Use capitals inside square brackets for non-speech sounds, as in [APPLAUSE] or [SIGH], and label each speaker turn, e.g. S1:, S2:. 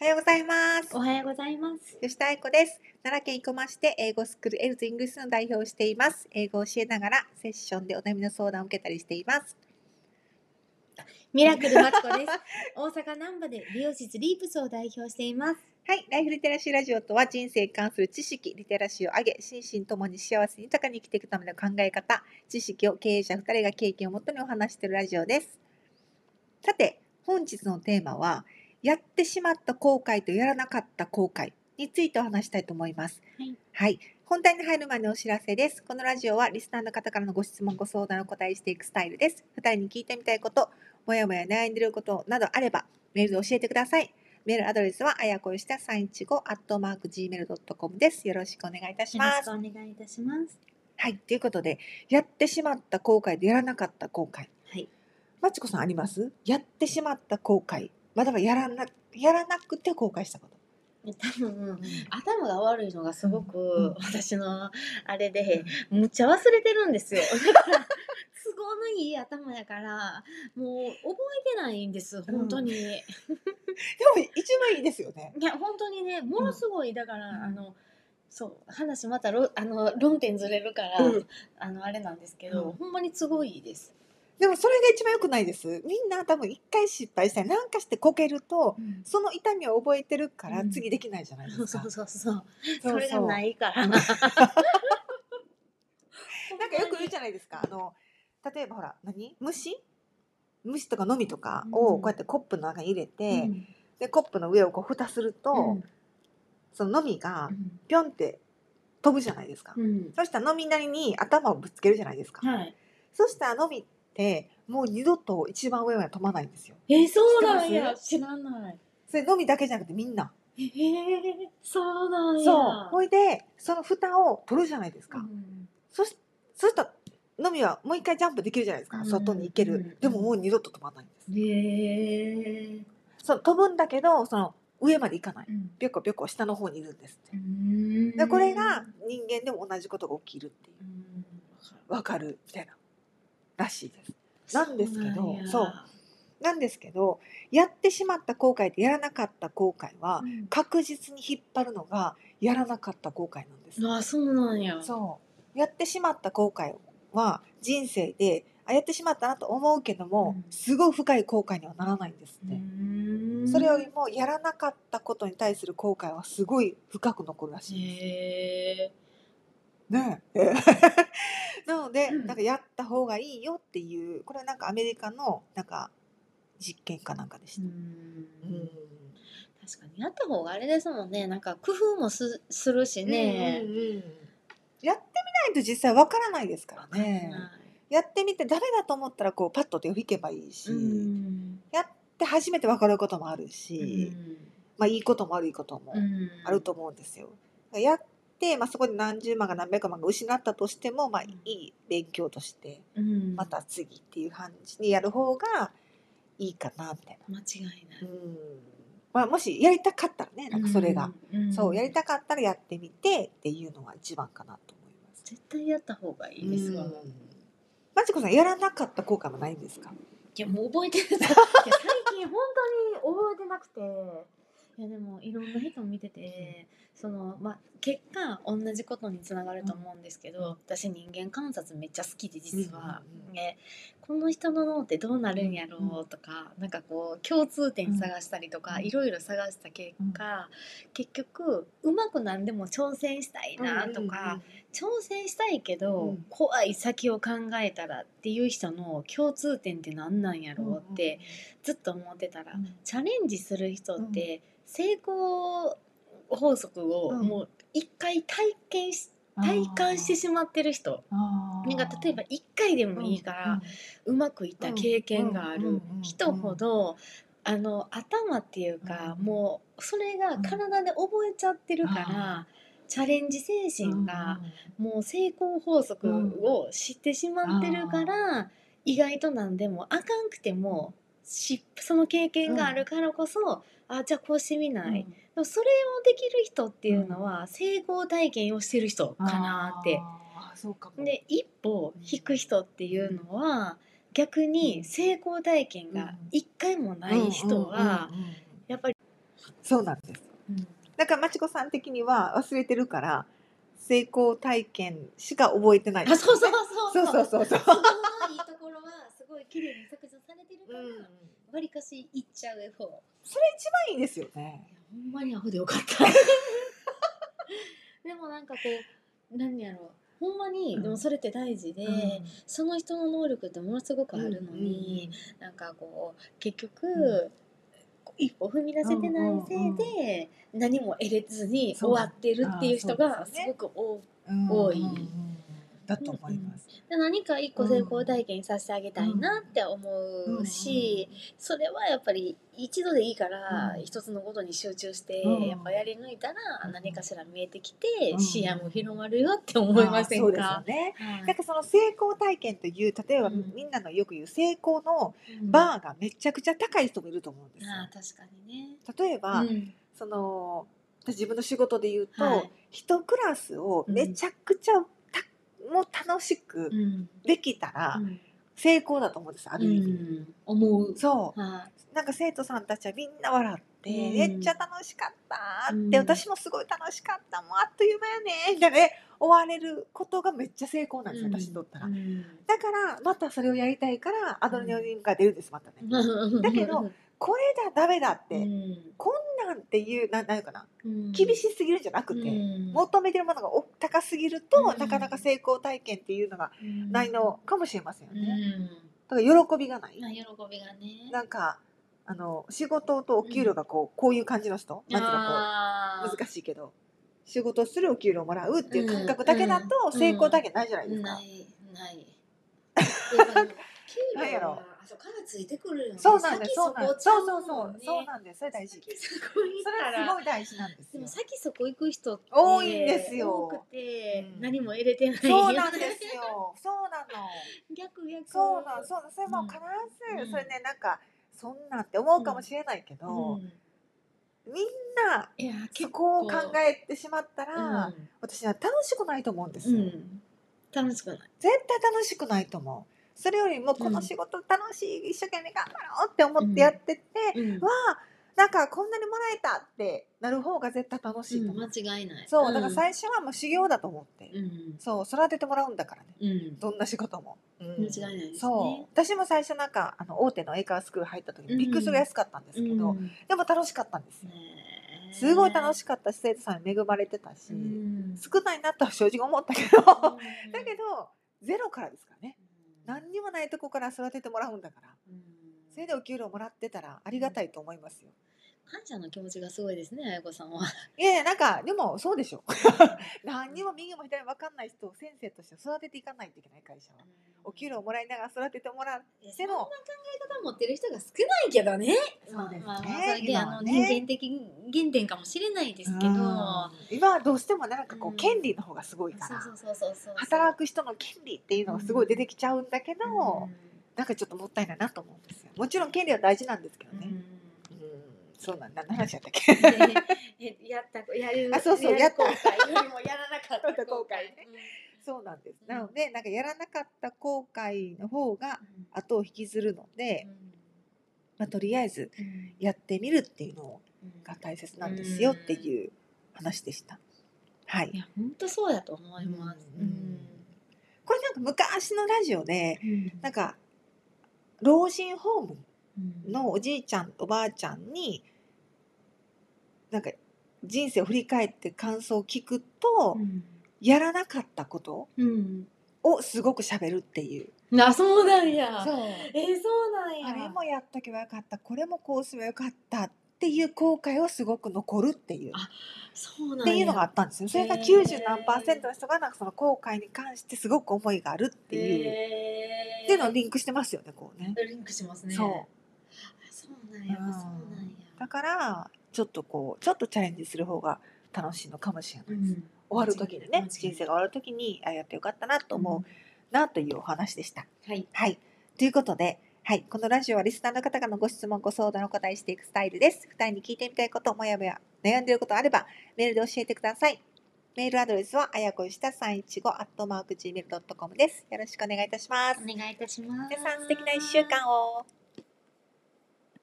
S1: おはようございます
S2: お。はようございます。
S1: 吉田愛子です。奈良県生駒市で英語スクールエルズイングリスの代表をしています。英語を教えながらセッションでお悩みの相談を受けたりしています。
S2: ミラクルマチコです。大阪南部で美容室リープスを代表しています。
S1: はい、ライフリテラシーラジオとは人生に関する知識、リテラシーを上げ、心身ともに幸せに豊かに生きていくための考え方、知識を経営者2人が経験をもとにお話しているラジオです。さて、本日のテーマは、やってしまった後悔とやらなかった後悔についてお話したいと思います。
S2: はい、
S1: 本題に入る前にお知らせです。このラジオはリスナーの方からのご質問、ご相談をお答えしていくスタイルです。2人に聞いてみたいこと、もやもや悩んでいることなどあれば、メールで教えてください。メールアドレスはあやこよした三一五アットマーク gmail ドットコムです。よろしくお願いいたし
S2: よろ
S1: ま
S2: しく
S1: す。
S2: お願いいたします。
S1: はい、ということで、やってしまった後悔でやらなかった後悔。
S2: はい。
S1: まちこさんあります？やってしまった後悔。またはやらなやらなくて後悔したこと。
S2: 多分頭が悪いのがすご
S1: うんうん
S2: く私のあれでむっちゃ忘れてるん [LAUGHS] ですよ。だから都合のいい頭やからもう覚えてないんです本当に。い
S1: でも一番いいですよね。
S2: や本当にねものすごいだから、
S1: うん
S2: あのそう話またろあの論点ずれるから、
S1: うん
S2: あのあれなんですけど、
S1: うん
S2: ほんまに都合いいです。
S1: でもそれが一番良くないです。みんな多分一回失敗したりなんかしてこけると。その痛みを覚えてるから
S2: うん
S1: 次できないじゃないで
S2: そう
S1: す
S2: そ
S1: か。
S2: うそうそう。
S1: そう
S2: それがないから。
S1: うん
S2: なんか
S1: なんかよく言うじ
S2: ゃ
S1: ゃないですか。あの例えばほら何虫虫とかのみとかを
S2: うん
S1: こうやってコップの中に入れて、
S2: うん
S1: でコップの上をこう蓋すると、そののみがピョンって飛ぶじゃないですか。
S2: うん
S1: そしたらのみなりに頭をぶつけるじゃないですか。
S2: はい。
S1: そしたらのみってもう二度と一番上まで飛ばないんですよ。
S2: えー、そうなんや。知らない。
S1: それのみだけじゃなくてみんな。
S2: えー、そうなんや。
S1: そう。ほいでその蓋を取るじゃないですか。
S2: うん
S1: そしそしたらのみはもう一回ジャンプできるじゃないですか、
S2: うん
S1: 外に行ける、
S2: うん
S1: でももう二度と飛ばないんです、
S2: えー
S1: その飛ぶんだけどその上まで行かない
S2: うん
S1: ぴょこぴょこ下の方にいるんですって
S2: う、ん
S1: でこれが人間でも同じことが起きるっていう
S2: うん
S1: わかるみたいならしいですなんですけど
S2: そ
S1: そううなんですけどやってしまった後悔とやらなかった後悔は
S2: なんや。
S1: 確実に引っ張るのがやらなかった後悔なんです、
S2: うんあ、そうなんや。
S1: そうやってしまった後悔は人生であやってしまったなと思うけども、
S2: うん
S1: すごい深い後悔にはならないんです
S2: う
S1: ね、
S2: ん
S1: それよりもやらなかったことに対する後悔はすごい深く残るらしいです、
S2: え
S1: ねえ [LAUGHS] なので、
S2: うん
S1: なんかやった方がいいよっていうこれはなんかアメリカのなんか実験かなんかでし
S2: ーう
S1: た、うん
S2: ん。確かにやった方があれですもんねなんか工夫もすするしね
S1: う、んうんうんやってみないと実際わからないですからねやってみてダメだと思ったらこうパッと手を引けばいいし、
S2: うん
S1: やって初めて分かることもある
S2: う
S1: し、
S2: ん
S1: まあ、いいことも悪いことも
S2: うん
S1: あると思うんですよ。やって、まあ、そこで何十万が何百万が失ったとしても、まあ、いい勉強として
S2: うん
S1: また次っていう感じにやる方がいいかなみたい
S2: 間違い
S1: な。う
S2: ない
S1: んまあ、もしやりたかったらねなんかそれが、、
S2: んん
S1: そうやりたかったらやってみてっていうのが一番かなと思います。
S2: 絶対やった方がいいですわ、
S1: うん
S2: い
S1: まちこさんやらなかった効果もないんですか
S2: やもう覚えてるいや最近本当に覚えてなくていやでもいろんな人見てて、そのまあ結果同じことにつながると思うんですけど、私人間観察めっちゃ好きで実は、
S1: うんうんうん
S2: ねこの人の脳ってどうなるんやろうとか、なんかこう共通点探したりとか、
S1: うん
S2: いろいろ探した結果、結局うまく何でも挑戦したいなとか、挑戦したいけど、
S1: うん
S2: 怖い先を考えたらっていう人の共通点って何なんや
S1: うんうんうん
S2: ろうってずっと思ってたら、
S1: うん
S2: チャレンジする人って成功法則を
S1: うん
S2: もう一回体験し体感してしまってる人なんか例えば一回でもいいから、うまくいった経験
S1: う
S2: があ
S1: んうん
S2: る
S1: うんうん
S2: 人ほどあの頭っていうか
S1: うん
S2: もうそれが体で覚えちゃってるからチャレンジ精神が。もう成功法則を知ってしまってるから、意外と何でもあかんくてもしその経験があるからこそ、あじゃあこうしてみない、でもそれをできる人っていうのは成功体験をしてる人かなって。
S1: あーそうかも
S2: で一歩引く人っていうのは逆に成功体験が一回もない人は
S1: うんうんうんうん
S2: やっぱり
S1: そうなんです
S2: うん
S1: だからまちこさん的には忘れてるから成功体験しか覚えてない
S2: あそうそう
S1: そ
S2: そうう
S1: そうそうそう
S2: そこのいいところはすごい綺麗に削除されてる
S1: う
S2: か
S1: ん
S2: ら、わりかしいっちゃう方ほ
S1: それ一番いいですよね
S2: んまにアホでよかった
S1: [LAUGHS]
S2: でもなんかこう何やろうほんまに、
S1: うん
S2: でもそれって大事で、
S1: うん
S2: その人の能力ってものすごくあるのに、なんかこう結局、
S1: う
S2: 一歩踏み出せてないせ
S1: うんうん
S2: いで何も得れずに終
S1: そう
S2: わってるっていう人
S1: あー
S2: が
S1: そう
S2: す
S1: ですよね
S2: ごく多く
S1: うん
S2: 多い
S1: うんうんうんだと思います、
S2: で何か一個成功体験させてあげたいなって思うし、それはやっぱり一度でいいから
S1: うん
S2: 一つのことに集中して
S1: うん
S2: やっぱやり抜いたら何かしら見えてき
S1: う
S2: て
S1: ん
S2: 視野も広まるよって思いませ
S1: あそ
S2: ん
S1: うですよ
S2: か
S1: ね
S2: はい
S1: なんかその成功体験という例えば
S2: うん
S1: みんなのよく言う成功の
S2: うんあ
S1: バーがめちゃくちゃ高い人もいると思うんですよ。
S2: ー確かにね
S1: 例えば、
S2: うん
S1: その私自分の仕事で言うと、
S2: はい
S1: 一クラスをめちゃくちゃた、もう楽しく
S2: うん
S1: できたら
S2: うん
S1: 成功だと思うんですあ
S2: う
S1: る意味、
S2: ん思う
S1: そ
S2: は
S1: うなんか生徒さんたちはみんな笑って、
S2: うん
S1: めっちゃ楽しかったって、
S2: うん
S1: 私もすごい楽しかったもうあっという間やねみたいなね終われることがめっちゃ成功なん
S2: い
S1: です、私にとったら。
S2: うん
S1: だからまたそれをやりたいからアドレナリンが出るんですまたね、だけどこれだダメだって、
S2: うん
S1: こんなんっていうななんいうかな
S2: うん
S1: 厳しすぎるんじゃなくて、
S2: うん
S1: 求めてるものがお高すぎると、
S2: うん
S1: なかなか成功体験っていうのが
S2: うん
S1: ないのかもしれませんよ
S2: う
S1: ね、
S2: ん
S1: だから喜びがない、
S2: まあ喜びがね
S1: なんかあの仕事とお給料がこう,、こういう感じの人なんていうの
S2: あ
S1: こ
S2: ー
S1: う難しいけど仕事するお給料もらうっていう感覚だけだ
S2: う
S1: と
S2: んうん
S1: 成功体験ないじゃないですか、
S2: ない
S1: [LAUGHS]
S2: ない。やっぱでも給
S1: なんや
S2: 料
S1: ろ
S2: はあそこからついてくるよね。
S1: そうなんです
S2: 先
S1: そ
S2: そう
S1: なん
S2: こ
S1: です
S2: ちゃ
S1: そう
S2: う
S1: そう
S2: も
S1: そ
S2: ん
S1: う
S2: ね
S1: そうなんですそれ大事
S2: 先そこ行
S1: それ
S2: った
S1: はす
S2: ら
S1: ご。い大事なんです
S2: で
S1: よ
S2: も先そこ行く人って
S1: 多いんですよ
S2: 多くて
S1: うん
S2: 何も得れてないよね。
S1: そうなんですよそうなの
S2: 逆逆。
S1: そうなんそうなんそれもう必ず、それねなんかそんなんって思うかもしれないけど、
S2: うん
S1: みんない
S2: や
S1: そ
S2: 結
S1: こを
S2: 構
S1: 考えてしまったら、
S2: うん
S1: 私は楽しくないと思うんです
S2: う
S1: よ、
S2: ん楽しくない。
S1: 絶対楽しくないと思うそれよりもこの仕事楽しい、一生懸命頑張ろうって思ってやってて、
S2: うん
S1: わあなんかこんなにもらえたってなる方が絶対楽しいと思う、
S2: 間違いない。
S1: そうだから
S2: 最
S1: 最初はもう修行だと思って、
S2: うん
S1: そう育ててもらうんだからね
S2: うん
S1: どんな仕事も、うん
S2: 間違いないですね。
S1: そう私も最初なんかあの大手の英会話スクール入った時にびっくりするぐらい安かったんですけど、
S2: うん
S1: でも楽しかったんですよ
S2: ね
S1: すごい楽
S2: し
S1: しかったし生徒さんに恵まれてたし、
S2: うん
S1: 少ないなとは正直思ったけど [LAUGHS] だ
S2: うん
S1: けどゼロからですからね何にもないとこから育ててもらうんだから
S2: うん
S1: それでお給料もらってたらありがたいと思いますよ
S2: 感謝の気持ちがすごいですね、あやこさんは。
S1: いやいやなんかでもそうで
S2: [LAUGHS]
S1: しょ何にも右も左も分かんない人を先生として育てていかないといけない会社はお給料もらいながら育ててもらう
S2: いや
S1: で
S2: そんな
S1: も
S2: 考え方持ってる人が少ないけどね。
S1: そうですね
S2: まあまあそれで
S1: 今
S2: あ
S1: は
S2: の
S1: ね
S2: 人間的原点かもしれないですけど。
S1: うん今はどうしてもねなんかこ
S2: う
S1: うん権利の方がすごいから、
S2: そうそうそうそうそう。
S1: 働く人の権利っていうのがすごい出てきちゃうんだけど、
S2: うん
S1: なんかちょっともったいないなと思うんですよもちろん権利は大事なんですけど
S2: う
S1: ね、
S2: ん [LAUGHS]
S1: うん、そうなんだ何の話だったっけ
S2: えやったやる
S1: あそうそう
S2: やる後
S1: や
S2: 悔よりもやらなか
S1: や
S2: っ
S1: った
S2: た
S1: [LAUGHS] 後
S2: 後
S1: 悔
S2: 悔
S1: ね [LAUGHS] そうなんです、
S2: うん
S1: なのでなんかやらなかった後悔の方が
S2: うん
S1: 後を引きずるので、まあ、とりあえず
S2: うん
S1: やってみるっていうの
S2: うん
S1: が大切なんですよっていう話でした、はいい
S2: や本当そうやと思います。
S1: うんこれなんか昔のラジオで
S2: うん
S1: なんか老人ホーム
S2: うん
S1: のおじいちゃんおばあちゃんになんか人生を振り返って感想を聞くと、
S2: うん
S1: やらなかったこと
S2: うん
S1: をすごく喋るっていう
S2: [LAUGHS] あそうなんや。
S1: そう
S2: えそうなんや。
S1: あれもやっとけばよかったこれもこうすればよかったっていう後悔はすごく残るっていう
S2: あそうなんや。
S1: っていうのがあったんですよそれが
S2: へー
S1: 90何パーセントの人がなんかその後悔に関してすごく思いがあるっていう、
S2: へー
S1: っていうのをリンクしてますよねこうね。
S2: リンクしますね。
S1: そう
S2: あそうなんや。
S1: うん
S2: そうなんや。
S1: だからちょっとこうちょっとチャレンジする方が楽しいのかもしれな
S2: う
S1: いです、
S2: ん
S1: 終わる時にね
S2: 間違いない
S1: 人生が終わる時にあやってよかったなと思うなというお話でした。
S2: うん。はい。
S1: はい。ということで、はい。このラジオはリスナーの方からのご質問、ご相談をお答えしていくスタイルです。二人に聞いてみたいこと、もやもや悩んでいることあれば、メールで教えてください。メールアドレスは、あやこいした315、アットマーク Gmail.com です。よろしくお願いいたします。
S2: お願いいたします。
S1: 皆さん、素敵な一週間を。